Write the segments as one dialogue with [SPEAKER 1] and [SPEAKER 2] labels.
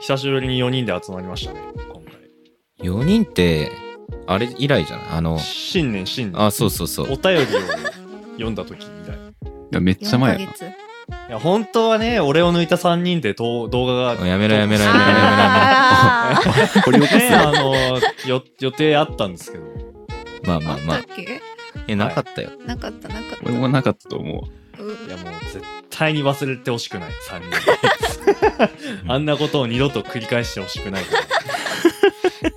[SPEAKER 1] 久しぶりに4人で集まりましたね、今回。
[SPEAKER 2] 4人って、あれ以来じゃないあの、
[SPEAKER 1] 新年、新年。
[SPEAKER 2] あ、そうそうそ
[SPEAKER 1] お
[SPEAKER 2] う。
[SPEAKER 1] 便りを読んだ時以来。
[SPEAKER 3] やめっちゃ
[SPEAKER 4] 4ヶ
[SPEAKER 3] 前やな。
[SPEAKER 4] 月。
[SPEAKER 1] いや、本当はね、俺を抜いた3人でと動画が、
[SPEAKER 2] やめろやめろやめろやめろやめろ
[SPEAKER 4] あー
[SPEAKER 3] 掘り起こす
[SPEAKER 1] ね、あの、よ予定あったんですけど。
[SPEAKER 2] まあまあま
[SPEAKER 4] あ
[SPEAKER 2] あ
[SPEAKER 4] った。っけ
[SPEAKER 2] え、なかったよ。
[SPEAKER 4] なかったなかった。
[SPEAKER 3] 俺もなかったと思う。
[SPEAKER 4] う
[SPEAKER 1] いや、もう絶対に忘れてほしくない、3人で。あんなことを二度と繰り返してほしくないから。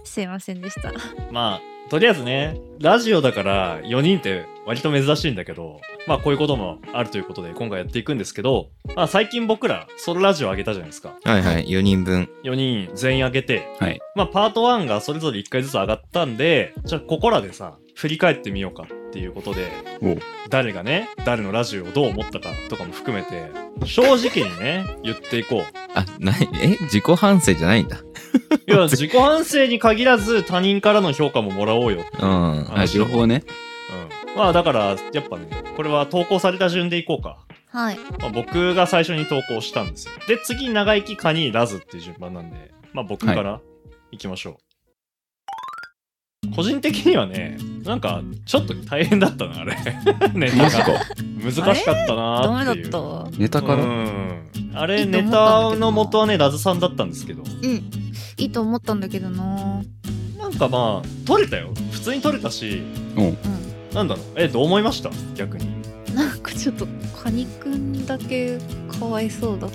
[SPEAKER 4] すいませんでした。
[SPEAKER 1] まあ、とりあえずね、ラジオだから4人って割と珍しいんだけど、まあこういうこともあるということで今回やっていくんですけど、まあ最近僕らソロラジオ上げたじゃないですか。
[SPEAKER 2] はいはい、4人分。
[SPEAKER 1] 4人全員上げて、
[SPEAKER 3] はい。
[SPEAKER 1] まあパート1がそれぞれ1回ずつ上がったんで、じゃあここらでさ、振り返ってみようかっていうことで、
[SPEAKER 3] おう
[SPEAKER 1] 誰がね、誰のラジオをどう思ったかとかも含めて、正直にね、言っていこう。
[SPEAKER 2] あ、ない、え自己反省じゃないんだ。
[SPEAKER 1] いや、自己反省に限らず他人からの評価ももらおうよ
[SPEAKER 2] うん。
[SPEAKER 3] あ、情報ね。
[SPEAKER 1] うん、まあだからやっぱねこれは投稿された順でいこうか、
[SPEAKER 4] はい。
[SPEAKER 1] まあ、僕が最初に投稿したんですよで次長生きカニラズっていう順番なんでまあ僕からいきましょう、個人的にはねなんかちょっと大変だったなあれ ね
[SPEAKER 3] マジか。
[SPEAKER 1] 難しかった
[SPEAKER 4] ダ
[SPEAKER 1] なー
[SPEAKER 4] メだ
[SPEAKER 1] っ
[SPEAKER 4] って
[SPEAKER 1] いう
[SPEAKER 4] た。
[SPEAKER 3] ネタか
[SPEAKER 1] う
[SPEAKER 3] ら
[SPEAKER 1] んあれ
[SPEAKER 4] いいと
[SPEAKER 1] ネ
[SPEAKER 4] 思ったんだけ
[SPEAKER 1] タ
[SPEAKER 4] どな
[SPEAKER 1] の元はねラズさんだったんですけど
[SPEAKER 4] うん。いいと思ったんだけどな。
[SPEAKER 1] なんかまあ取れたよ普通に取れたし
[SPEAKER 4] う
[SPEAKER 1] なんだろうえどう思いました逆に
[SPEAKER 4] ん。なんかちょっとカニくんだけかわいそうだっ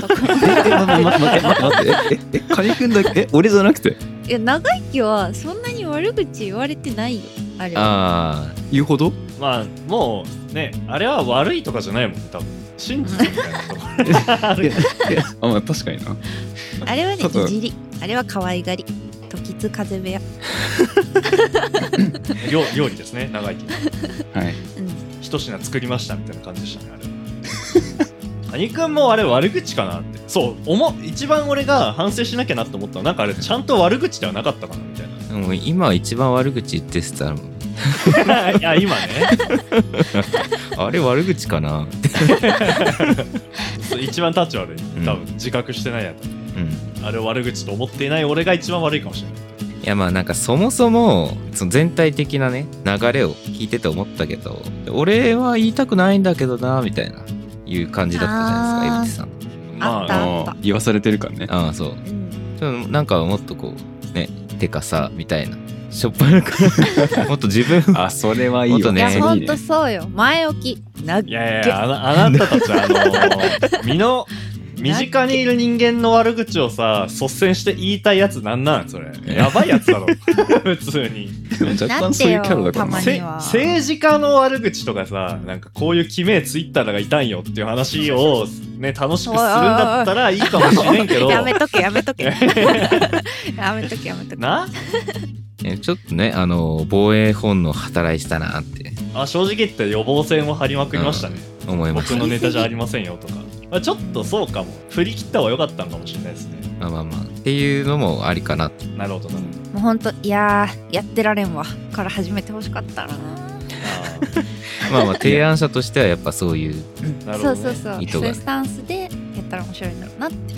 [SPEAKER 4] たか
[SPEAKER 3] え、
[SPEAKER 4] ら。
[SPEAKER 3] えまま待って、待って、え、え、えカニくんだけ、え、俺じゃなくて、
[SPEAKER 4] いや長生きはそんなに悪口言われてないよ。あれは。
[SPEAKER 2] あ
[SPEAKER 3] 言うほど
[SPEAKER 1] まあもうねあれは悪いとかじゃないもんね多分真実みたいなと ころあ
[SPEAKER 3] いや
[SPEAKER 1] る
[SPEAKER 3] いやあ、まあ確かにな。
[SPEAKER 4] あれはね
[SPEAKER 3] ちょっと
[SPEAKER 4] いじり。あれは可愛がり。時津風部屋。
[SPEAKER 1] 料料理ですね長生き
[SPEAKER 3] はい。
[SPEAKER 4] うん。
[SPEAKER 1] 一品作りましたみたいな感じでしたねあれはカニ君もあれ悪口かなってそう思う一番俺が反省しなきゃなって思ったのはなんかあれちゃんと悪口ではなかったかなみたい
[SPEAKER 2] あ。でも今一番悪口言ってたら、
[SPEAKER 1] ないや今ね
[SPEAKER 2] あれ悪口か な
[SPEAKER 1] そう一番タッチ悪い
[SPEAKER 2] ん
[SPEAKER 1] 多分自覚してないやつ、
[SPEAKER 2] うん。
[SPEAKER 1] あれを悪口と思っていない俺が一番悪いかもしれない
[SPEAKER 2] いやまあなんかそもそも、その全体的なね、流れを聞いてて思ったけど、俺は言いたくないんだけどな、みたいな、いう感じだったじゃないですか、エブチ
[SPEAKER 1] ま
[SPEAKER 4] あった
[SPEAKER 3] あー言わされてるからね。
[SPEAKER 2] さん。ああ、そう。
[SPEAKER 4] うん
[SPEAKER 2] ちょっとなんかもっとこうねてかさみたいなしょっぱなからもっと自分
[SPEAKER 3] あ、それはいい
[SPEAKER 2] もっと
[SPEAKER 3] よ
[SPEAKER 4] い
[SPEAKER 2] ね
[SPEAKER 4] や、
[SPEAKER 2] え
[SPEAKER 4] ほ
[SPEAKER 3] い
[SPEAKER 4] ん
[SPEAKER 3] い
[SPEAKER 4] と
[SPEAKER 3] ね。
[SPEAKER 4] そうよ。前置き。なっ
[SPEAKER 1] いやいや、あなあなたたち、あのー身の、身近にいる人間の悪口をさ、率先して言いたいやつなんなんそれ。やばいやつだろ。 普通に。
[SPEAKER 3] 若干そういうキャラだから
[SPEAKER 4] な
[SPEAKER 3] な
[SPEAKER 4] っ。てよ
[SPEAKER 1] せ
[SPEAKER 4] 何は
[SPEAKER 1] 政治家の悪口とかさ、なんかこういう決めツイッターがいたんよっていう話を、ね、楽しくするんだったらいいかもしれんけど。
[SPEAKER 4] やめとけやめ とけやめとけやめとけ
[SPEAKER 1] な
[SPEAKER 2] ねちょっとねあの防衛本能働いてたなって
[SPEAKER 1] あ正直言って予防線を張りまくりましたね、
[SPEAKER 2] 思いまし
[SPEAKER 1] 僕のネタじゃありませんよとか、まあ、ちょっとそうかも振り切った方が良かったのかもしれないですね
[SPEAKER 2] たまあまあまあっていうのもありかなって
[SPEAKER 1] なるほどなるほど
[SPEAKER 4] もうほんといやーやってられんわから始めてほしかった
[SPEAKER 1] あ
[SPEAKER 4] な
[SPEAKER 2] まあまあ提案者としてはやっぱそういう
[SPEAKER 1] ーなるほ
[SPEAKER 4] そ
[SPEAKER 1] ど、
[SPEAKER 4] う
[SPEAKER 1] ね、
[SPEAKER 4] そうそう、
[SPEAKER 2] 意図
[SPEAKER 4] そう
[SPEAKER 2] が
[SPEAKER 4] いうスタンスでやったら面白いんだろうなって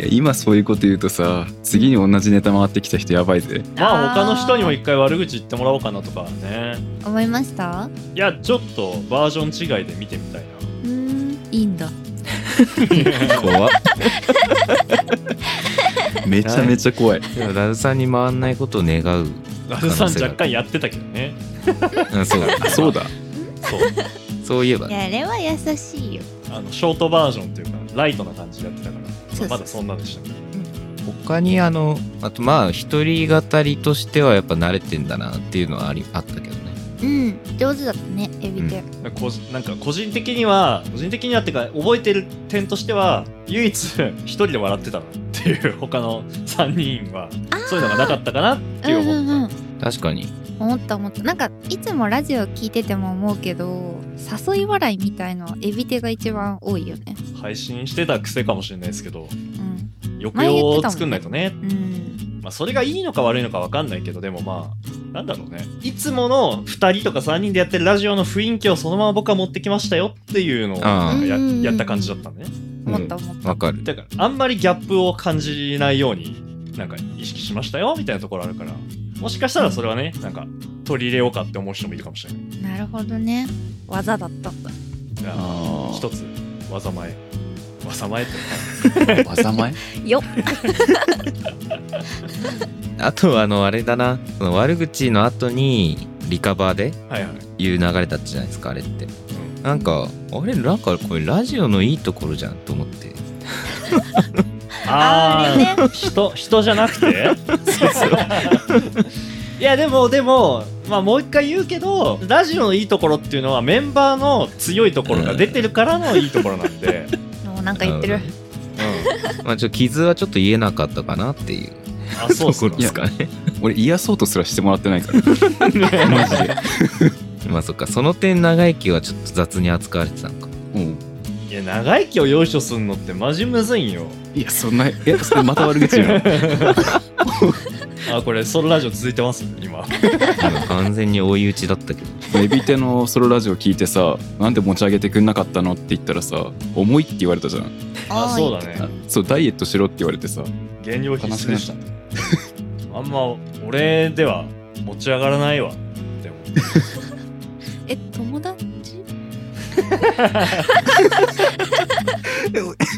[SPEAKER 3] いや、今そういうこと言うとさ、次に同じネタ回ってきた人やばいぜ。
[SPEAKER 1] まあ
[SPEAKER 4] あー
[SPEAKER 1] 他の人にも一回悪口言ってもらおうかなとかね
[SPEAKER 4] 思いました
[SPEAKER 1] いやちょっとバージョン違いで見てみたいう
[SPEAKER 4] ーんいいんだ
[SPEAKER 1] な
[SPEAKER 2] 怖っ
[SPEAKER 3] めちゃめちゃ怖い。
[SPEAKER 2] でもラズさんに回んないことを願う、
[SPEAKER 1] ラルさん若干やってたけどね
[SPEAKER 2] うん、そう
[SPEAKER 3] あ そうだ。
[SPEAKER 1] そう
[SPEAKER 2] そういえば
[SPEAKER 4] いやあれは優しいよ
[SPEAKER 1] あのショートバージョンっていうかライトな感じでやってたから
[SPEAKER 4] そうそう
[SPEAKER 1] まだそんなでしたね
[SPEAKER 2] 他にあのあとまあ一人語りとしてはやっぱ慣れてんだなっていうのはありあったけどね
[SPEAKER 4] うん上手だったねエビで、
[SPEAKER 1] こじなんか個人的には個人的にはっていうか覚えてる点としては唯一一人で笑ってたなっていう他の3人はそういうのがなかったかなっていう
[SPEAKER 4] うんう
[SPEAKER 1] 思っ
[SPEAKER 4] ん
[SPEAKER 1] た、
[SPEAKER 4] うん
[SPEAKER 2] 確かに
[SPEAKER 4] 思った思ったなんかいつもラジオ聞いてても思うけど誘い笑いみたいのはエビ手が一番多いよね
[SPEAKER 1] 配信してた癖かもしれないですけど
[SPEAKER 4] うん
[SPEAKER 1] 抑揚を作んないとね
[SPEAKER 4] うん
[SPEAKER 1] まあ、それがいいのか悪いのか分かんないけどでもまあなんだろうねいつもの2人とか3人でやってるラジオの雰囲気をそのまま僕は持ってきましたよっていうのを
[SPEAKER 2] あ
[SPEAKER 1] や
[SPEAKER 4] うんうんうん
[SPEAKER 1] やった感じだったね
[SPEAKER 2] あ
[SPEAKER 4] 思った思った、
[SPEAKER 2] わかる。
[SPEAKER 1] だからあんまりギャップを感じないようになんか意識しましたよみたいなところあるからもしかしたらそれはねなんか取り入れようかって思う人もいるかもしれない
[SPEAKER 4] なるほどね技だったんだ
[SPEAKER 1] だから
[SPEAKER 3] あ
[SPEAKER 1] 一つ技前技前って
[SPEAKER 3] あ。技前
[SPEAKER 4] よっ
[SPEAKER 2] あとはあの、あれだな。その悪口の後に、リカバーで
[SPEAKER 1] はいはい、
[SPEAKER 2] 言う流れだったじゃないですか、あれって。
[SPEAKER 1] う
[SPEAKER 2] なんか、あれ、なんかこれラジオのいいところじゃんと思って。
[SPEAKER 1] ん、あ
[SPEAKER 4] あれね
[SPEAKER 1] あ人人じゃなくて いやでもでもまあもう一回言うけどラジオのいいところっていうのはメンバーの強いところが出てるからのいいところなんで、
[SPEAKER 4] もうなんか言ってる
[SPEAKER 1] う、
[SPEAKER 2] まあ、ちょっと傷はちょっと言えなかったかなっていうん
[SPEAKER 1] あそうっす
[SPEAKER 2] ところで
[SPEAKER 1] か
[SPEAKER 2] すかね。
[SPEAKER 3] 俺、癒そうとすらしてもらってないから。マジで。
[SPEAKER 2] まあそっか、その点長生きはちょっと雑に扱われてたのか。
[SPEAKER 3] うん
[SPEAKER 1] いや長生きを容赦すんのってマジむずいん よ
[SPEAKER 3] いや、そんな、いや、それまた悪口言う
[SPEAKER 1] あこれソロラジオ続いてます今
[SPEAKER 2] 今完全に追い打ちだったけど。
[SPEAKER 3] の。エビテのソロラジオ聞いてさ、なんで持ち上げてくんなかったのって言ったらさ、重いって言われたじゃん。
[SPEAKER 1] あ
[SPEAKER 4] おーい
[SPEAKER 1] そうだね
[SPEAKER 3] そう、ダイエットしろって言われてさ。
[SPEAKER 1] 原料必須でしたあんま俺では持ち上がらないわでも
[SPEAKER 4] え友達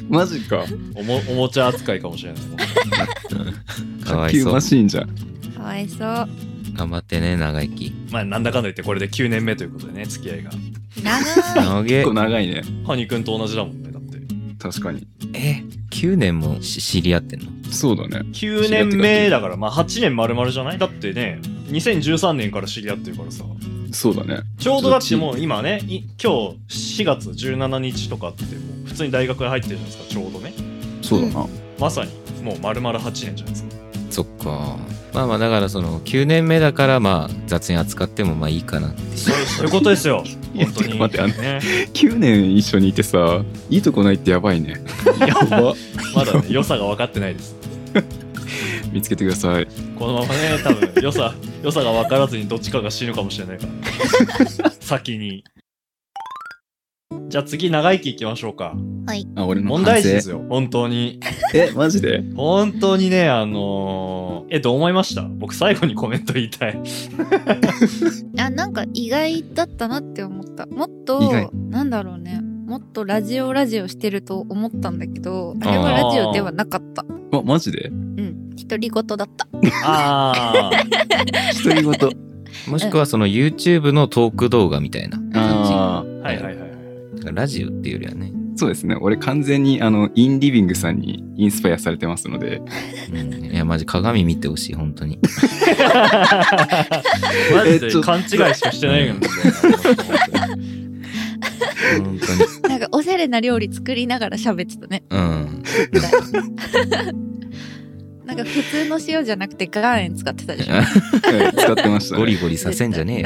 [SPEAKER 3] マジ か。
[SPEAKER 1] おもおもちゃ扱いかもしれない
[SPEAKER 2] かわ
[SPEAKER 3] 卓
[SPEAKER 2] い
[SPEAKER 3] 球
[SPEAKER 2] そう
[SPEAKER 3] マ。シーンじゃん。
[SPEAKER 4] かわい そう
[SPEAKER 2] 頑張ってね、長生き。
[SPEAKER 1] まあなんだかんだ言ってこれで9年目ということでね付き合いが
[SPEAKER 4] 長い
[SPEAKER 2] 長
[SPEAKER 3] 結
[SPEAKER 2] げ
[SPEAKER 3] 構。長いね。
[SPEAKER 1] ハニ君と同じだもんねだって
[SPEAKER 3] 確かに。
[SPEAKER 2] え、9年もし知り合ってんの
[SPEAKER 3] そうだね。
[SPEAKER 1] 9年目だからまあ8年丸々じゃないだってね2013年から知り合ってるからさ
[SPEAKER 3] そうだね。
[SPEAKER 1] ちょうどだってもう今ねい今日4月17日とかってもう普通に大学に入ってるじゃないですかちょうどね
[SPEAKER 3] そうだな。
[SPEAKER 1] まさにもう丸々8年じゃないですか
[SPEAKER 2] そっか。まあまあ、だからその、9年目だから、まあ、雑に扱ってもまあいいかなっていう。
[SPEAKER 1] そういうことですよ
[SPEAKER 3] いや
[SPEAKER 1] 本当に
[SPEAKER 3] 待ってあの
[SPEAKER 1] ね
[SPEAKER 3] 9年一緒にいてさ、いいとこないってやばいね。 やば。
[SPEAKER 1] まだ、ね、良さが分かってないです。
[SPEAKER 3] 見つけてください。
[SPEAKER 1] このままね、 多分良さ、良さが分からずにどっちかが死ぬかもしれないから。 先に。じゃあ次、長生きいきましょうか。
[SPEAKER 3] あ、俺の
[SPEAKER 1] 問題児ですよ、本当に。
[SPEAKER 3] え、マジで
[SPEAKER 1] 本当にね、あのーえ、どう思いました僕、最後にコメント言いたい。
[SPEAKER 4] あなんか意外だったなって思ったもっと
[SPEAKER 3] 意外
[SPEAKER 4] なんだろうねもっとラジオラジオしてると思ったんだけどあれは
[SPEAKER 2] あ
[SPEAKER 1] ー
[SPEAKER 4] ラジオではなかった
[SPEAKER 3] あ、マジで
[SPEAKER 4] うん独り言だった
[SPEAKER 1] あー
[SPEAKER 3] 独 り言。
[SPEAKER 2] もしくはその YouTube のトーク動画みたいな。
[SPEAKER 3] ああ、
[SPEAKER 1] はいはいはいはい。
[SPEAKER 2] だからラジオっていうよりはね。
[SPEAKER 3] そうですね。俺完全にあの、インリビングさんにインスパイアされてますので。
[SPEAKER 2] うんいや、マジ鏡見てほしい、本当に。
[SPEAKER 1] マジで
[SPEAKER 3] えちょ
[SPEAKER 1] 勘違いしかしてない よね。
[SPEAKER 2] 本当に。
[SPEAKER 4] なんかおしゃれな料理作りながら喋ってた ね
[SPEAKER 2] うん。
[SPEAKER 4] なんか普通の塩じゃなくて岩塩使ってたでしょ
[SPEAKER 3] はい使ってました、
[SPEAKER 2] ゴ
[SPEAKER 3] ね。
[SPEAKER 2] リゴリさせんじゃねえ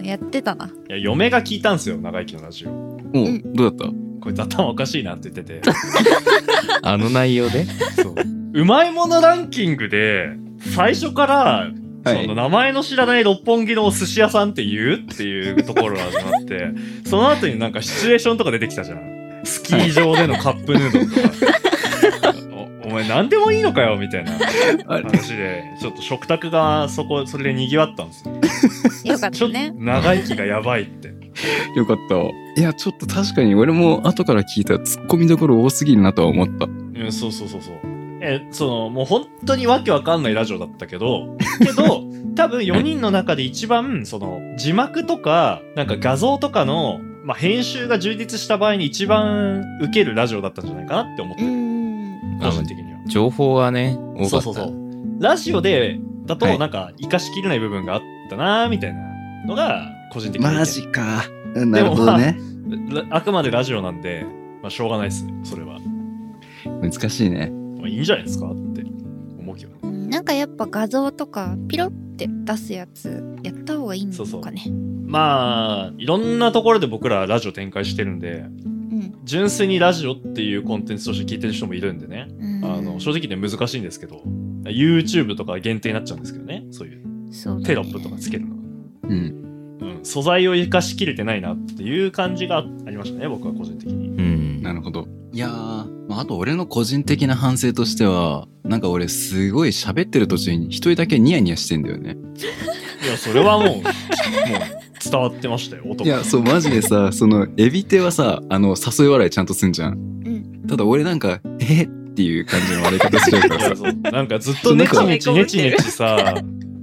[SPEAKER 2] よ。
[SPEAKER 4] やってたない
[SPEAKER 1] や、嫁が聞いたんすよ、長生きのラジオ。
[SPEAKER 3] も
[SPEAKER 4] う
[SPEAKER 3] う、どうだっ
[SPEAKER 1] こいつ頭おかしいなって言ってて。
[SPEAKER 2] あの内容で
[SPEAKER 1] そううまいものランキングで最初から
[SPEAKER 3] たは
[SPEAKER 1] その
[SPEAKER 3] い。
[SPEAKER 1] 名前の知らない六本木のお寿司屋さんって言うっていうところが始まってその後になんかシチュエーションとか出てきたじゃんスキー場でのカップヌードルとか おお前何でもいいのかよみたいな
[SPEAKER 3] あれ
[SPEAKER 1] 話でちょっと食卓がそこそれで賑わったんですよ
[SPEAKER 4] よかっ
[SPEAKER 1] ちょ
[SPEAKER 4] た
[SPEAKER 1] っと
[SPEAKER 4] ね
[SPEAKER 1] 長生きがやばいって
[SPEAKER 3] よかった。いや、ちょっと確かに俺も後から聞いたらツッコミどころ多すぎるなとは思った。
[SPEAKER 1] うん、そうそうそうそう。え、その、もう本当にわけわかんないラジオだったけど、 けど、多分4人の中で一番、その、字幕とか、なんか画像とかの、まあ、編集が充実した場合に一番受けるラジオだったんじゃないかなって思って
[SPEAKER 4] う
[SPEAKER 1] る、
[SPEAKER 4] ん
[SPEAKER 1] 個人的には。
[SPEAKER 2] 情報はね、多
[SPEAKER 1] そ
[SPEAKER 2] かった。
[SPEAKER 1] うそうそう。ラジオで、だ
[SPEAKER 2] は
[SPEAKER 1] と、
[SPEAKER 2] い
[SPEAKER 1] なんか、生かしきれない部分があったなみたいなのが、個人的な意見。
[SPEAKER 3] か。な
[SPEAKER 1] なるほどね
[SPEAKER 3] ね。
[SPEAKER 1] らあくまでラジオなんで、まあ、しょうがないですね、それは。
[SPEAKER 3] 難しいね。
[SPEAKER 1] まあ、いいんじゃないですかって思うけどね。
[SPEAKER 4] なんかやっぱ画像とかピロって出すやつやった方がいいのかね
[SPEAKER 1] まあいろんなところで僕らラジオ展開してるんで
[SPEAKER 4] うん
[SPEAKER 1] 純粋にラジオっていうコンテンツとして聞いてる人もいるんでね
[SPEAKER 4] うん
[SPEAKER 1] あの正直ね難しいんですけど YouTube とか限定になっちゃうんですけどねそういう
[SPEAKER 4] そうだね
[SPEAKER 1] テロップとかつけるの
[SPEAKER 3] うん。
[SPEAKER 1] が、うん、素材を生かしきれてないなっていう感じがありましたね僕は個人的に
[SPEAKER 2] うん。
[SPEAKER 3] いやー、まあ、あと俺の個人的な反省としては、なんか俺すごい喋ってる途中に一人だけニヤニヤしてんだよね。
[SPEAKER 1] いや、それはもう、もう伝わってましたよ、音
[SPEAKER 3] い
[SPEAKER 1] が。
[SPEAKER 3] や、そう、マジで さ、その、エビテはさ、あの、誘い笑いちゃんとすんじゃん。
[SPEAKER 4] うん
[SPEAKER 3] ただ俺なんか、えっていう感じの笑い方しちゃうか
[SPEAKER 1] い
[SPEAKER 3] ら
[SPEAKER 1] や
[SPEAKER 3] さ。
[SPEAKER 1] そうなんかずっとネチネチネチネチさ、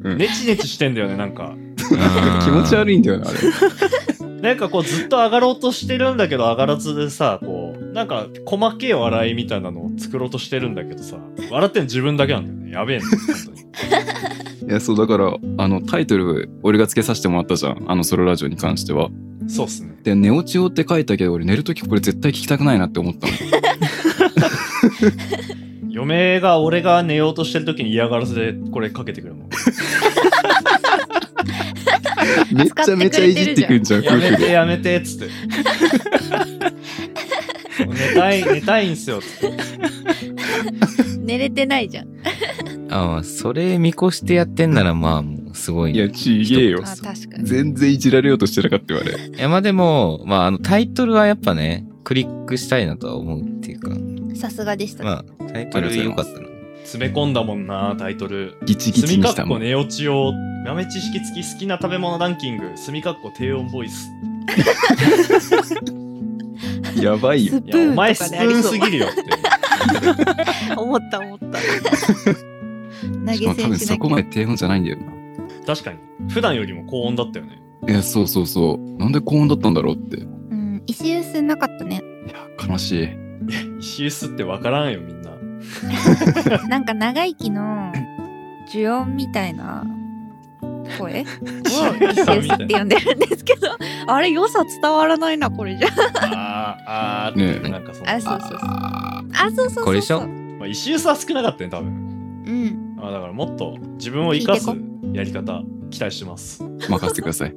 [SPEAKER 3] うん
[SPEAKER 1] ネチネチしてんだよね、なんか。
[SPEAKER 3] なん か気持ち悪いんだよね、あれ。
[SPEAKER 1] なんかこうずっと上がろうとしてるんだけど上がらずでさこうなんか細けえ笑いみたいなのを作ろうとしてるんだけどさ笑ってんの自分だけなんだよねやべえんだよ本当に
[SPEAKER 3] いや、そう、だから、あの、タイトル、俺が付けさせてもらったじゃん。あの、ソロラジオに関しては。
[SPEAKER 1] そうっすね
[SPEAKER 3] で、寝落ちをって書いたけど、俺寝るときこれ絶対聞きたくないなって思った の。
[SPEAKER 1] 嫁が俺が寝ようとしてる時に嫌がらせでこれかけてくる の
[SPEAKER 3] めちゃめちゃいじってくんじゃん、夫
[SPEAKER 1] やめ
[SPEAKER 3] 婦
[SPEAKER 1] て
[SPEAKER 3] で。
[SPEAKER 1] やめてっつって寝たい寝たいんすよっつって
[SPEAKER 4] 寝れてないじゃん。
[SPEAKER 2] ああ、それ見越してやってんなら、まあ、もうすごい
[SPEAKER 3] い
[SPEAKER 2] ね。
[SPEAKER 3] や、ちげえ
[SPEAKER 4] あ
[SPEAKER 3] よ。
[SPEAKER 4] 確かに。
[SPEAKER 3] 全然いじられようとしてなかったよ、あれ。
[SPEAKER 2] いや、まあでも、まあ、あの、タイトルはやっぱね、クリックしたいなとは思うっていうか、
[SPEAKER 4] さすがでした、ね
[SPEAKER 2] まあ、タイトル良かったな。
[SPEAKER 1] 詰め込んだもんなタイトル
[SPEAKER 3] ギチギチ
[SPEAKER 1] 墨
[SPEAKER 3] に
[SPEAKER 1] か
[SPEAKER 3] し
[SPEAKER 1] ったこ
[SPEAKER 3] もん。
[SPEAKER 1] 寝落ちを豆知識付き好きな食べ物ランキング墨かっこ低音ボイス
[SPEAKER 3] やばいよ。
[SPEAKER 1] いやお前
[SPEAKER 5] スプー
[SPEAKER 1] ス
[SPEAKER 5] ンとかでありそう
[SPEAKER 1] プーンすぎるよって
[SPEAKER 5] 思った思った。
[SPEAKER 4] 投
[SPEAKER 3] し
[SPEAKER 4] げ
[SPEAKER 3] か
[SPEAKER 4] 銭
[SPEAKER 3] も多分
[SPEAKER 4] しな
[SPEAKER 3] そ
[SPEAKER 4] き
[SPEAKER 3] こ
[SPEAKER 4] ゃ
[SPEAKER 3] まで低音じゃないんだよな。
[SPEAKER 1] 確かに普段よりも高音だったよね
[SPEAKER 3] いや、そうそうそう。なんで高音だったんだろうって。い
[SPEAKER 4] うん石臼なかったね
[SPEAKER 3] や、悲しい。
[SPEAKER 1] 石臼って分からんよみんな
[SPEAKER 4] なんか長生きの呪音みたいな声を 石臼って呼んでるんですけど
[SPEAKER 5] あれ良さ伝わらないなこれじゃ。
[SPEAKER 1] あーあー
[SPEAKER 3] ねえ
[SPEAKER 1] なんかその
[SPEAKER 4] あそうそうそうあそうそうそうそう
[SPEAKER 2] これでしょ
[SPEAKER 1] まあ、石臼は少なかったね多分
[SPEAKER 4] うん
[SPEAKER 1] あだからもっと自分を生かす
[SPEAKER 4] 聞い
[SPEAKER 1] やり方期待してます
[SPEAKER 3] 任せて ください。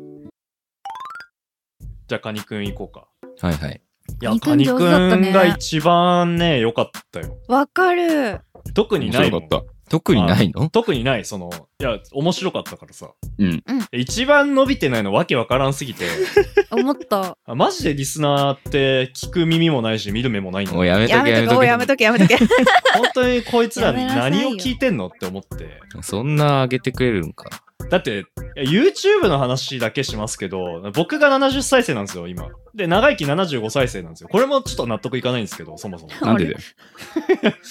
[SPEAKER 1] じゃあカニくん行こうか
[SPEAKER 2] はいはい。
[SPEAKER 1] いや
[SPEAKER 4] カ
[SPEAKER 1] カ
[SPEAKER 4] ニ
[SPEAKER 1] ニ
[SPEAKER 4] く
[SPEAKER 1] く
[SPEAKER 4] ん上手だったね
[SPEAKER 1] んが一番ね良かったよ
[SPEAKER 4] わかる
[SPEAKER 1] 特に
[SPEAKER 3] 面
[SPEAKER 1] ない
[SPEAKER 3] 白か
[SPEAKER 1] もん
[SPEAKER 3] った。
[SPEAKER 2] 特にないの
[SPEAKER 1] 特にないそのいや面白かったからさ
[SPEAKER 3] うん
[SPEAKER 1] 一番伸びてないのわけわからんすぎて
[SPEAKER 4] 思った
[SPEAKER 1] あマジでリスナーって聞く耳もないし見る目もないんだ
[SPEAKER 2] もうやめと
[SPEAKER 5] や
[SPEAKER 2] けや
[SPEAKER 5] め
[SPEAKER 2] め
[SPEAKER 5] とけ
[SPEAKER 2] と
[SPEAKER 5] おいやめとけやめとけ。
[SPEAKER 1] 本当にこいつら
[SPEAKER 4] やめなさい
[SPEAKER 1] 何
[SPEAKER 4] よ
[SPEAKER 1] を聞いてんのって思って
[SPEAKER 2] け。そんな上げてくれるんか。
[SPEAKER 1] だっていや YouTube の話だけしますけど僕が70再生なんですよ今で長生き75再生なんですよこれもちょっと納得いかないんですけどそ もそも
[SPEAKER 3] なんでだよ。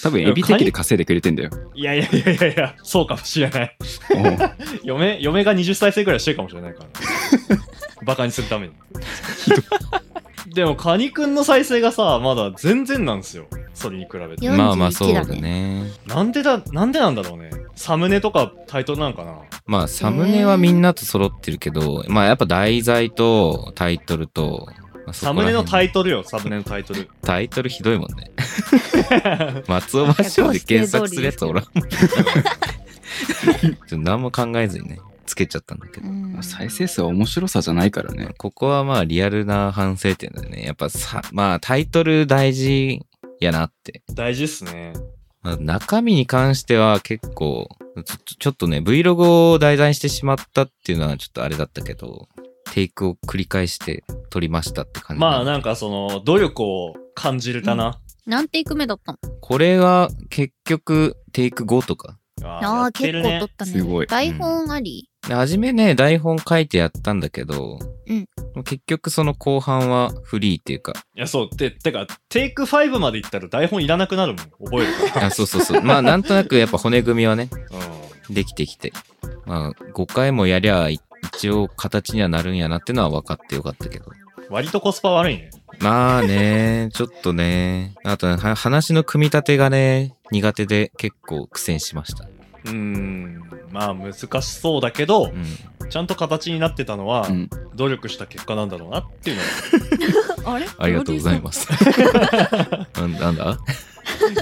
[SPEAKER 3] 多分、エビ的で稼いでくれてん だよ。
[SPEAKER 1] いやいやいやいやいやそうかもしれない
[SPEAKER 3] おう
[SPEAKER 1] 嫁嫁が20再生ぐらいしてるかもしれないからバカにするた めにでもカニくんの再生がさまだ全然なんですよそれに比べて
[SPEAKER 4] よ41
[SPEAKER 2] まあまあ、そうだ
[SPEAKER 4] だ
[SPEAKER 2] ね。
[SPEAKER 1] なんでだなんでなんだろうねサムネとかタイトルなんかな
[SPEAKER 2] まあ、サムネはみんなと揃ってるけど、まあ、やっぱ題材とタイトルと、まあ
[SPEAKER 1] サムネのタ
[SPEAKER 2] イ
[SPEAKER 1] イトルよサムネのタイトル
[SPEAKER 2] タイトルひどいもんね。 松尾芭蕉で検索するやつおらん もん。ちょっと何も考えずにね、つけちゃったんだけど
[SPEAKER 4] う。 ん
[SPEAKER 3] 再生数は面白さじゃないからね。
[SPEAKER 2] ここはまあリアルな反省点だよね。やっぱさ、まあタイトル大事やなって。
[SPEAKER 1] 大事っすね
[SPEAKER 2] まあ、中身に関しては結構ちょ、ちょっとね、Vlog を題材にしてしまったっていうのはちょっとあれだったけど、テイクを繰り返して撮りましたって感じ。
[SPEAKER 1] まあなんかその努力を感じれたな、
[SPEAKER 4] なんていく目だったの
[SPEAKER 2] これが結局テイク5とか。
[SPEAKER 1] あ
[SPEAKER 4] あ
[SPEAKER 1] や
[SPEAKER 4] あ
[SPEAKER 1] っ
[SPEAKER 4] ー結
[SPEAKER 1] てる
[SPEAKER 4] 構
[SPEAKER 1] ね
[SPEAKER 4] 取ったね
[SPEAKER 3] すごい
[SPEAKER 4] 台本あり、
[SPEAKER 2] で初めね、台本書いてやったんだけど、
[SPEAKER 4] うん
[SPEAKER 2] 結局その後半はフリーっていうか、
[SPEAKER 1] いやそうててかテイク5までいったら台本いらなくなるもん覚え るか
[SPEAKER 2] あそうそうそう。まあなんとなくやっぱ骨組みはね、
[SPEAKER 1] ら、うん、
[SPEAKER 2] できてきて、まあ、5回もやりゃ一応形にはなるんやなってのは分かってよかったけど。
[SPEAKER 1] 割とコスパ悪いね
[SPEAKER 2] まあね、ちょっとね、あとね、は話の組み立てがね、苦手で結構苦戦しました。
[SPEAKER 1] うーんまあ難しそうだけど
[SPEAKER 2] う、ん。
[SPEAKER 1] ちゃんと形になってたのは、
[SPEAKER 3] うん
[SPEAKER 1] 努力した結果なんだろうなっていうの
[SPEAKER 5] あれ
[SPEAKER 2] ありがとうございます。なんなんだ
[SPEAKER 1] が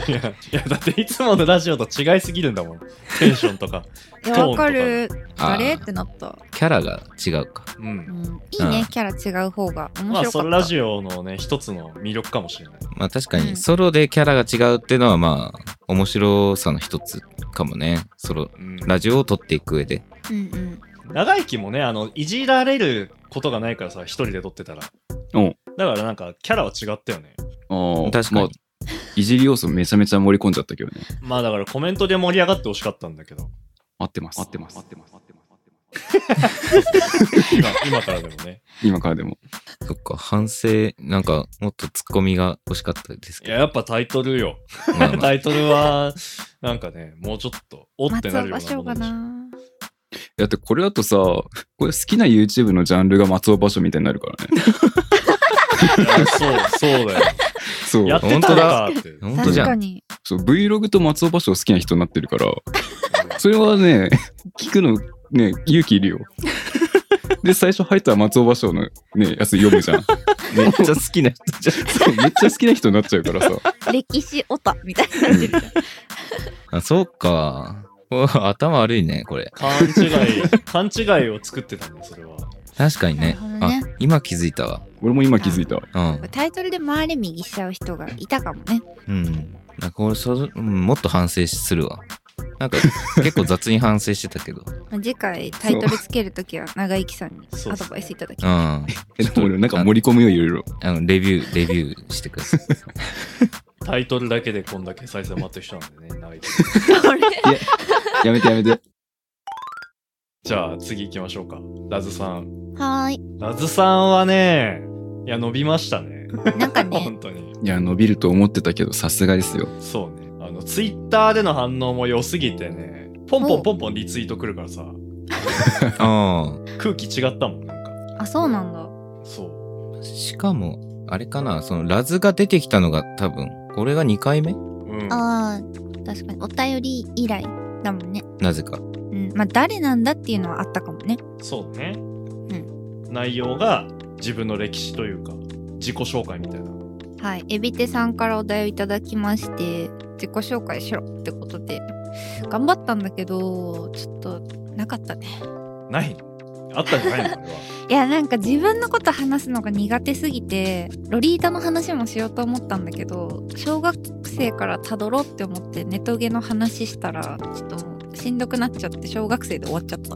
[SPEAKER 1] いやいやだっていつものラジオと違いすぎるんだもんテンションとか
[SPEAKER 5] いや
[SPEAKER 1] トー
[SPEAKER 5] わ
[SPEAKER 1] ンとか
[SPEAKER 5] かる。
[SPEAKER 2] あー
[SPEAKER 5] 誰ってなった。
[SPEAKER 2] キャラが違うか。
[SPEAKER 1] うん
[SPEAKER 4] うん、いいね、キャラ違う方が面白かった、
[SPEAKER 1] まあそれラジオのね一つの魅力かもしれない
[SPEAKER 2] まあ確か
[SPEAKER 4] うん
[SPEAKER 2] に、ソロでキャラが違うっていうのはまあ、面白さの一つかもね。ソロ、
[SPEAKER 1] うん
[SPEAKER 2] ラジオを撮っていく上で。
[SPEAKER 4] うんうん
[SPEAKER 1] 長生きもねあのいじられることがないからさ一人で撮ってたら
[SPEAKER 3] うん
[SPEAKER 1] だからなんかキャラは違ったよね
[SPEAKER 3] ああ
[SPEAKER 2] 確かに
[SPEAKER 3] まあいじり要素めちゃめちゃ盛り込んじゃったけどね。
[SPEAKER 1] まあだからコメントで盛り上がってほしかったんだけど、
[SPEAKER 3] 合ってます。。
[SPEAKER 1] 合ってます
[SPEAKER 3] 合ってます。合ってます。
[SPEAKER 1] 今今からでもね。
[SPEAKER 3] 今からでも。
[SPEAKER 2] そっか、反省、なんか、もっとツッコミが欲しかったです
[SPEAKER 1] い
[SPEAKER 2] け
[SPEAKER 1] や、
[SPEAKER 2] ど。
[SPEAKER 1] やっぱタイトルよ。
[SPEAKER 2] まあまあ
[SPEAKER 1] タイトルは、なんかね、もうちょっと、おってなるようなものでし
[SPEAKER 4] 松尾芭
[SPEAKER 1] ょ
[SPEAKER 4] 蕉かな。
[SPEAKER 3] だってこれだとさ、これ好きな YouTube のジャンルが松尾芭蕉みたいになるか らね。
[SPEAKER 1] いやそう、そうだよ。
[SPEAKER 3] そう。
[SPEAKER 1] やってたのかって。
[SPEAKER 2] 本当
[SPEAKER 4] 確
[SPEAKER 2] じゃ
[SPEAKER 4] か
[SPEAKER 2] ん。
[SPEAKER 4] に。
[SPEAKER 3] そう Vlog と松尾芭蕉好きな人になってるから、それはね、 聞くのね、勇気いるよ。で、最初入ったら松尾芭蕉のね、やつ読むじゃん。そ
[SPEAKER 2] めっちゃ好きな人じ
[SPEAKER 3] うめっちゃ好きな人になっちゃうからさ。
[SPEAKER 5] 歴史オタみたいになってる。
[SPEAKER 2] ゃん。あ、そうか。うわ頭悪いね、これ。
[SPEAKER 1] 勘違い、勘違いを作ってたんだ、それは。
[SPEAKER 2] 確かにね。
[SPEAKER 4] な
[SPEAKER 2] あ
[SPEAKER 4] るほど、
[SPEAKER 2] 今気づいたわ。
[SPEAKER 3] 俺も今気づいた。
[SPEAKER 2] うん。
[SPEAKER 4] タイトルで回れ右しちゃう人がいたかもね。
[SPEAKER 2] うん。なんか俺そうんもっと反省するわ。なん か、結構雑に反省してたけど。
[SPEAKER 4] 次回タイトルつけるときは長生きさんに
[SPEAKER 1] そう
[SPEAKER 4] アドバイスいただき
[SPEAKER 2] うん。
[SPEAKER 4] ま
[SPEAKER 2] あ
[SPEAKER 3] え、でも 俺なんか盛り込むよ、いろいろ。
[SPEAKER 2] の、レビュー、レビューしてください。
[SPEAKER 1] タイトルだけでこんだけ再生回ってきたんでね、長い。
[SPEAKER 5] あれ
[SPEAKER 3] やめてやめて。
[SPEAKER 1] じゃあ、次行きましょうか。ラズさん。
[SPEAKER 4] はーい。
[SPEAKER 1] ラズさんはね、いや、伸びましたね。
[SPEAKER 4] なんか ね
[SPEAKER 1] 本当に。
[SPEAKER 3] いや、伸びると思ってたけど、さすがですよ。
[SPEAKER 1] そうね。あの、ツイッターでの反応も良すぎてね、ポンポンポンポンリツイート来るからさ、
[SPEAKER 2] あ
[SPEAKER 1] 空気違ったもん、なんか。
[SPEAKER 4] あ、そうなんだ。
[SPEAKER 1] そう。
[SPEAKER 2] あ。しかも、あれかな、その、ラズが出てきたのが多分、これが2回目
[SPEAKER 1] うん。
[SPEAKER 4] ああ、確かに。お便り以来だもんね。
[SPEAKER 2] なぜか。
[SPEAKER 4] うん。まあ、誰なんだっていうのはあったかもね。
[SPEAKER 1] そうね。内容が自分の歴史というか、自己紹介みたいな。
[SPEAKER 4] はい。エビテさんからお題をいただきまして、自己紹介しろってことで、頑張ったんだけど、ちょっと、なかったね。
[SPEAKER 1] ないあったんじゃないのあれは。
[SPEAKER 4] いや、なんか自分のこと話すのが苦手すぎて、ロリータの話もしようと思ったんだけど、小学生からたどろうって思ってネトゲの話したら、ちょっともうしんどくなっちゃって、小学生で終わっちゃった。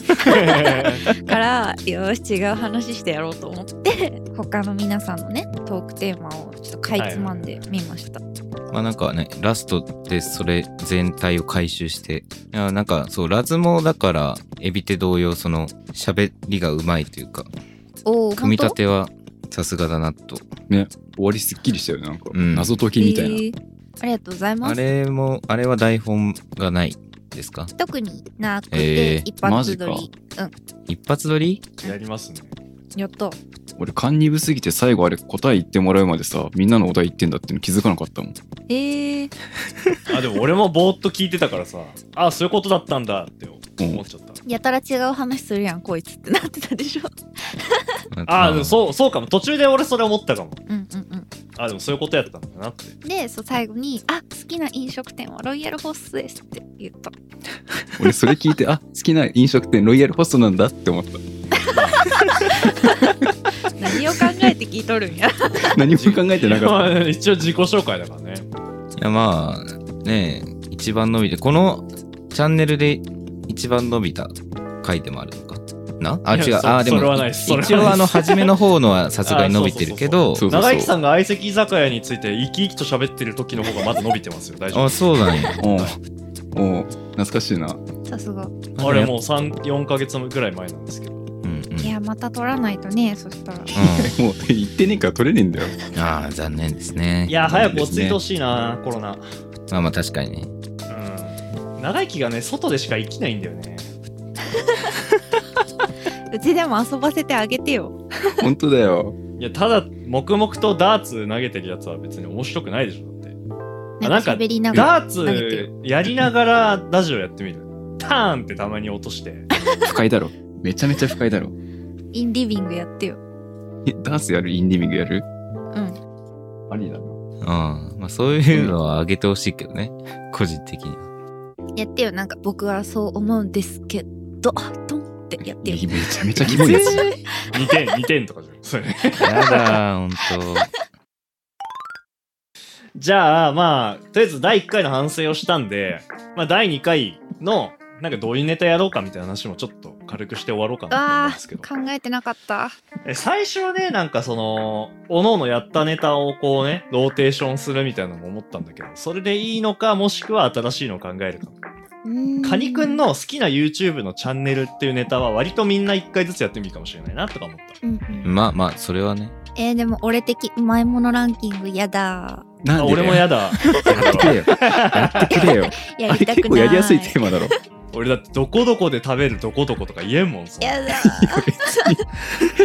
[SPEAKER 4] からよし違う話してやろうと思って他の皆さんのねトークテーマをちょっとかいつまんでみました、
[SPEAKER 2] まあなんかね、ラストでそれ全体を回収して、いやなんかそう、ラズもだから、エビテ同様、その、喋りがうまいというか、
[SPEAKER 4] おお
[SPEAKER 2] 組み立てはさすがだなと。
[SPEAKER 3] 終わりすっきりしたよね、なんか。
[SPEAKER 2] うん
[SPEAKER 3] 謎解きみたいな。
[SPEAKER 4] ありがとうございま
[SPEAKER 2] あ
[SPEAKER 4] す
[SPEAKER 2] れも、あれは台本がないですか
[SPEAKER 4] 特になく
[SPEAKER 2] えー
[SPEAKER 4] て一発撮
[SPEAKER 3] マジ
[SPEAKER 4] り、
[SPEAKER 2] 一発撮り
[SPEAKER 1] やりますね。
[SPEAKER 4] やった
[SPEAKER 3] 俺、勘鈍すぎて最後あれ答え言ってもらうまでさ、みんなのお題言ってんだっての気づかなかったもん。
[SPEAKER 4] えー、
[SPEAKER 1] あ、でも俺もぼーっと聞いてたからさ、あ、そういうことだったんだって思っちゃった。
[SPEAKER 4] やたら違う話するやんこいつってなってたでしょ
[SPEAKER 1] あ、でも
[SPEAKER 2] う。
[SPEAKER 1] そう、そうかも。途中で俺それ思ったかも。
[SPEAKER 4] うんうんうん
[SPEAKER 1] あ、でもそういうことやったんだなって。
[SPEAKER 4] でそう最後に「あ好きな飲食店はロイヤルホースです」って言った
[SPEAKER 3] 俺、それ聞い て、あ、好きな飲食店ロイヤルホストなんだって思った。
[SPEAKER 5] 何を考えて聞いとる んや。
[SPEAKER 3] 何も考えてなかっ
[SPEAKER 1] まあ一応自己紹介だからね。
[SPEAKER 2] いやまあ、ねえ一番伸びて、このチャンネルで一番伸びた回でもあるのかなあ、
[SPEAKER 1] いや
[SPEAKER 2] 違う。
[SPEAKER 1] そ
[SPEAKER 2] あ、でも、
[SPEAKER 1] それはないですそれはないです
[SPEAKER 2] 一応あの、初めの方のはさすがに伸びてる けど
[SPEAKER 3] た。、そうそう
[SPEAKER 1] 長生
[SPEAKER 3] そ
[SPEAKER 1] さ
[SPEAKER 3] う。
[SPEAKER 1] んが相席居酒屋について生き生きと喋ってる時の方がまだ伸びてますよ。大丈
[SPEAKER 2] あ、そうなん や。
[SPEAKER 3] おうおう懐かしいな。
[SPEAKER 4] さすが
[SPEAKER 1] 夫。あれもう3、4ヶ月ぐらい前なんですけど。
[SPEAKER 2] うんうん。
[SPEAKER 4] いやまた撮らないとねそしたら
[SPEAKER 3] もう、言ってねえから取れねえんだよ。
[SPEAKER 2] うん、ああ残念ですね
[SPEAKER 1] いや、早く落ち着いてほしいな、コロナ。
[SPEAKER 2] まあまあ確かにね
[SPEAKER 1] うん。長生きがね、外でしか生きないんだよね。
[SPEAKER 5] うちでも遊ばせてあげてよ。
[SPEAKER 3] 本当だよ。
[SPEAKER 1] いや、ただ、黙々とダーツ投げてるやつは別に面白くないでしょ、だって。あ
[SPEAKER 4] な
[SPEAKER 1] なんんか
[SPEAKER 4] か喋りながら
[SPEAKER 1] ダー
[SPEAKER 4] 投げてる
[SPEAKER 1] ツやりながらラジオやってみる。ターンってたまに落として。
[SPEAKER 3] 不快だろ。めちゃめちゃ不快だろ。
[SPEAKER 4] インリビングやってよ
[SPEAKER 3] えダースやるインディミングやる
[SPEAKER 4] うん
[SPEAKER 3] ありだな。
[SPEAKER 2] うんまあそういうのはあげてほしいけどね個人的には
[SPEAKER 4] やってよなんか僕はそう思うんですけどドンってやってよ
[SPEAKER 3] いやめちゃめちゃキモいやつじゃん。
[SPEAKER 1] 2点、2点とかじゃん。それ。
[SPEAKER 2] やだーほんと
[SPEAKER 1] じゃあ、まあ、とりあえず第1回の反省をしたんで、まあ、第2回の、なんかどういうネタやろうかみたいな話もちょっと軽くして終わろうかなと思うん
[SPEAKER 4] あ
[SPEAKER 1] ですけど
[SPEAKER 4] ー考えてなかった
[SPEAKER 1] え最初はねなんかそのおののやったネタをこうねローテーションするみたいなのも思ったんだけどそれでいいのかもしくは新しいのを考えるかカニくんの好きな YouTube のチャンネルっていうネタは割とみんな一回ずつやってもいいかもしれないなとか思った
[SPEAKER 4] うんうん
[SPEAKER 2] まあまあ、それはね。
[SPEAKER 4] えーでも俺的うまいものランキングやだ
[SPEAKER 3] なん
[SPEAKER 1] あ
[SPEAKER 3] で
[SPEAKER 1] 俺もやだ
[SPEAKER 3] やってくれよ。 やってくれよ。
[SPEAKER 4] や
[SPEAKER 3] あ
[SPEAKER 4] りたく
[SPEAKER 3] れ
[SPEAKER 4] ない
[SPEAKER 3] 結構やりやすいテーマだろ。
[SPEAKER 1] 俺だってどこどこで食べるどこどことか言えんもんそんな
[SPEAKER 4] やだ
[SPEAKER 3] い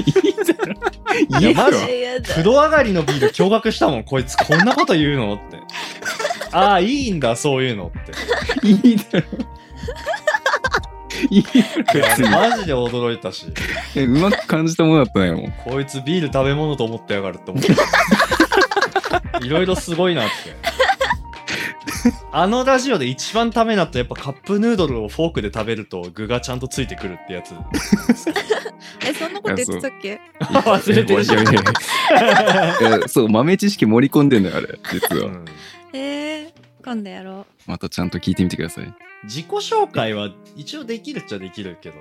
[SPEAKER 3] いだろ。
[SPEAKER 1] いや
[SPEAKER 3] いいだ
[SPEAKER 1] マジ
[SPEAKER 3] ろ。
[SPEAKER 4] やだ
[SPEAKER 1] 風呂上がりのビール驚愕したもんこいつこんなこと言うのって ああいいんだそういうのって
[SPEAKER 3] いいだろ。いいだろ別に
[SPEAKER 1] マジで驚いたし
[SPEAKER 3] え。うまく感じたものだったね、もう。
[SPEAKER 1] こいつビール食べ物と思ってやがるって思った。いろいろすごいなって。あのラジオで一番ためになったやっぱカップヌードルをフォークで食べると具がちゃんとついてくるってやつ。
[SPEAKER 5] え、そんなこと言ってたっけ
[SPEAKER 1] 忘れてる
[SPEAKER 3] いやいやそう、豆知識盛り込んでんだよ、あれ。実
[SPEAKER 1] う
[SPEAKER 3] は。
[SPEAKER 1] ん
[SPEAKER 5] えー、今度やろ
[SPEAKER 3] またちゃんと聞いてみてください。
[SPEAKER 1] 自己紹介は一応できるっちゃできるけど、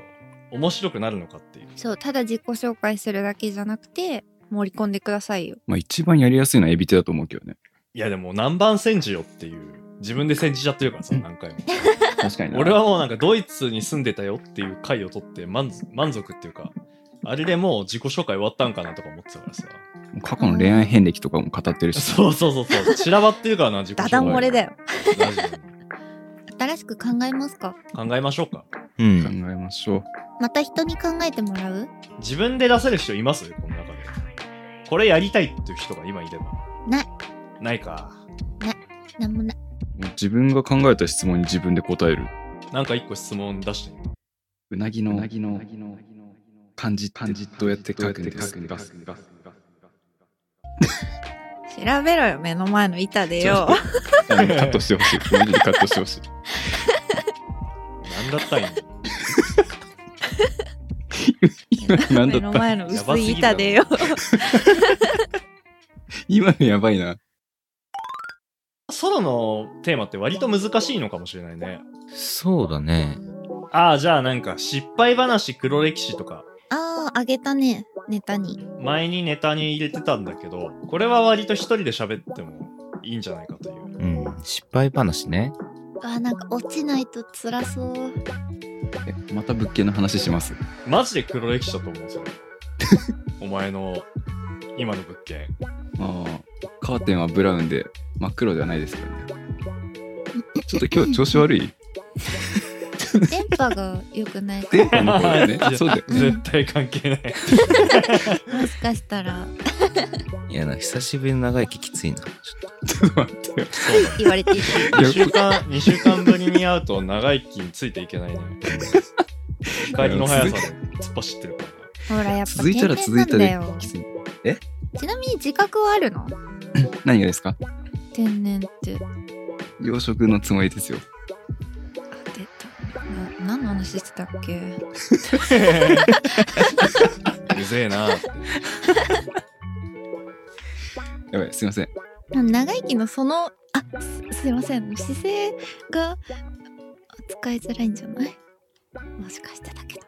[SPEAKER 1] 面白くなるのかっていう。
[SPEAKER 4] そうただ自己紹介するだけじゃなくて盛り込んでくださいよ
[SPEAKER 3] まあ一番やりやすいのはエビテだと思うけどね。
[SPEAKER 1] いやでも何番煎じよっていう。自分で煎じちゃってるからさ、何回も。
[SPEAKER 3] 確かに
[SPEAKER 1] 俺はもうなんかドイツに住んでたよっていう回を取って満足満足っていうか、あれでもう自己紹介終わったんかなとか思ってたからさ。
[SPEAKER 3] 過去の恋愛遍歴とかも語ってるし。
[SPEAKER 1] そうそうそうそう。散らばってるからな、自己
[SPEAKER 5] ダダ漏れだよ。
[SPEAKER 1] ラジオに
[SPEAKER 4] 新しく考えますか
[SPEAKER 1] 考えましょうか。
[SPEAKER 2] う
[SPEAKER 3] 考え
[SPEAKER 2] ん。
[SPEAKER 3] ましょう。
[SPEAKER 4] また人に考えてもらう
[SPEAKER 1] 自分で出せる人いますこの中で。これやりたいっていう人が今いれば。
[SPEAKER 4] ない。
[SPEAKER 1] ないか。
[SPEAKER 4] なんもない
[SPEAKER 3] もう自分が考えた質問に自分で答える。
[SPEAKER 1] なんか一個質問出してみよ
[SPEAKER 3] うなぎの、うなぎの、漢字、漢字どうやって書くんですか
[SPEAKER 5] う。調べろよ、目の前の板で
[SPEAKER 3] ちょっ
[SPEAKER 5] よ
[SPEAKER 3] と。カットしてほしい。無理にカットしてほしい。
[SPEAKER 1] う。なんだったらいい の
[SPEAKER 3] 今の
[SPEAKER 5] 目
[SPEAKER 3] 何だ
[SPEAKER 5] の
[SPEAKER 3] った
[SPEAKER 5] 前の薄い板でよ。
[SPEAKER 3] 今のやばいな。
[SPEAKER 1] ソロのテーマって割と難しいのかもしれないね。
[SPEAKER 2] そうだね。
[SPEAKER 1] ああ、じゃあなんか失敗話黒歴史とか。
[SPEAKER 4] あーあげたねネタに
[SPEAKER 1] 前にネタに入れてたんだけど、これは割と一人で喋ってもいいんじゃないかという。
[SPEAKER 2] うん。失敗話ね。
[SPEAKER 4] あーなんか落ちないと辛そう
[SPEAKER 3] えまた物件の話します。
[SPEAKER 1] マジで黒歴史だと思うんです よ。お前の今の物件。
[SPEAKER 3] ああ、カーテンはブラウンで真っ黒ではないですけどね。ちょっと 今日調子悪い
[SPEAKER 4] 電波が良くないか
[SPEAKER 3] 電波の方だよね
[SPEAKER 1] いや。
[SPEAKER 3] そうだよね。
[SPEAKER 1] 絶対関係ない。
[SPEAKER 4] もしかしたら
[SPEAKER 2] いやな、久しぶりの長生ききついな。ちょっ
[SPEAKER 3] ちょっと待ってよ。
[SPEAKER 4] 言われている
[SPEAKER 1] 2週間、二週間ぶりに会うと長生きについていけないね。光の速さで突っ走ってるから。
[SPEAKER 4] ほらやっぱ
[SPEAKER 3] 続いた
[SPEAKER 4] 天
[SPEAKER 3] ら
[SPEAKER 4] 然
[SPEAKER 3] 続
[SPEAKER 4] ないん
[SPEAKER 3] た
[SPEAKER 4] だ
[SPEAKER 3] で
[SPEAKER 4] よ
[SPEAKER 3] きつい。
[SPEAKER 4] ちなみに自覚はあるの
[SPEAKER 3] 何がですか
[SPEAKER 4] 天然ってあ
[SPEAKER 3] 養殖のつもりですよ。
[SPEAKER 4] 出たな何の話してたっけ
[SPEAKER 1] うぜえな って。
[SPEAKER 3] やばい、すいません。
[SPEAKER 4] 長生きのそのあすすいません姿勢が扱いづらいんじゃないもしかしてだけど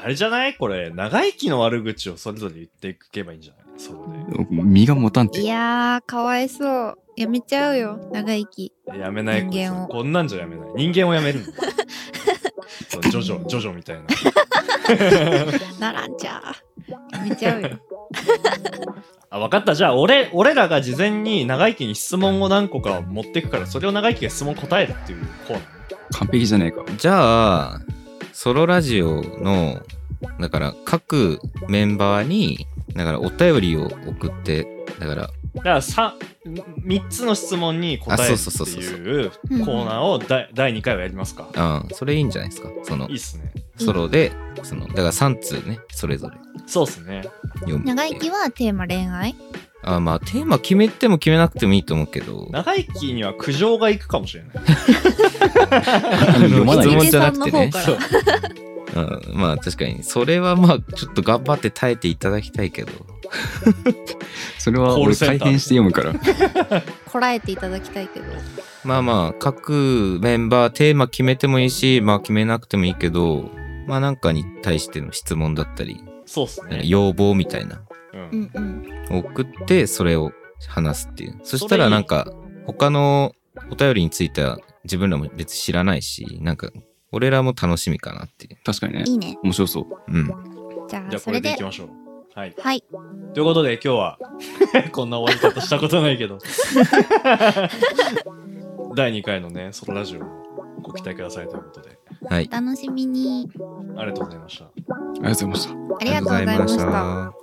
[SPEAKER 1] あれじゃないこれ、長生きの悪口をそれぞれ言っていけばいいんじゃないそう
[SPEAKER 3] 身が持たんって
[SPEAKER 4] い。やーかわいそうやめちゃうよ長生 き
[SPEAKER 1] で。やめないこいつ
[SPEAKER 4] 人間を
[SPEAKER 1] こんなんじゃやめない。人間をやめるの。そうジョジョ、ジョジョみたいな。
[SPEAKER 4] ならんちゃうやめちゃうよ
[SPEAKER 1] あ、分かった。じゃあ、俺、俺らが事前に長生きに質問を何個か持ってくから、それを長生きが質問答えるっていうコーナー。
[SPEAKER 3] 完璧じゃねえ か。
[SPEAKER 2] とじゃあ、ソロラジオの、だから、各メンバーに、だから、お便りを送って、だから、
[SPEAKER 1] だからさん3つの質問に答える
[SPEAKER 2] あ
[SPEAKER 1] っ
[SPEAKER 2] そうそう
[SPEAKER 1] て
[SPEAKER 2] そうそう
[SPEAKER 1] いうコーナーをだ第2回はやりますか。
[SPEAKER 2] ああ、それいいんじゃないですか。その
[SPEAKER 1] いい、っすね。
[SPEAKER 2] ソロで、その、だから3通ね、それぞれ
[SPEAKER 1] そうっすね。
[SPEAKER 2] 読むっていう。
[SPEAKER 4] 長生きはテーマ恋愛
[SPEAKER 2] ああ、まあ、テーマ決めても決めなくてもいいと思うけど、
[SPEAKER 1] 長生きには苦情がいくかもしれない。
[SPEAKER 3] 読まない
[SPEAKER 2] 質
[SPEAKER 3] よ
[SPEAKER 2] 問じゃなくてね
[SPEAKER 4] おじさんの方か。ら
[SPEAKER 1] そう
[SPEAKER 2] うん、まあ確かに。それはまあちょっと頑張って耐えていただきたいけど。
[SPEAKER 3] それは
[SPEAKER 1] コール
[SPEAKER 3] 俺
[SPEAKER 1] センター
[SPEAKER 3] 改変して読むから。
[SPEAKER 4] こらえていただきたいけど
[SPEAKER 2] まあまあ各メンバーテーマ決めてもいいし、まあ決めなくてもいいけど、まあなんかに対しての質問だったり、
[SPEAKER 1] そうっす
[SPEAKER 2] なんか
[SPEAKER 1] ね。
[SPEAKER 2] 要望みたいな
[SPEAKER 1] う。
[SPEAKER 5] うんんうん。
[SPEAKER 2] を送って、それを話すっていう。そしたらなんか、他のお便りについては自分らも別に知らないし、なんか、俺らも楽しみかなっていう。
[SPEAKER 3] 確かにね
[SPEAKER 4] い。いね。
[SPEAKER 3] 面白そう。
[SPEAKER 2] うん。
[SPEAKER 4] じゃ
[SPEAKER 1] じゃ
[SPEAKER 4] あ、
[SPEAKER 1] あこ
[SPEAKER 4] そ
[SPEAKER 1] れ
[SPEAKER 4] れ
[SPEAKER 1] でい
[SPEAKER 4] で
[SPEAKER 1] き。ましょう。はい。
[SPEAKER 4] はい。
[SPEAKER 1] ということで今日は こんな終わり方したことないけど 第2回のねソロラジオをご期待くださいということで
[SPEAKER 2] はい
[SPEAKER 4] お。楽しみに。
[SPEAKER 1] ありがとうございました。
[SPEAKER 3] ありがとうございました。
[SPEAKER 4] ありがとうございました。
[SPEAKER 2] た。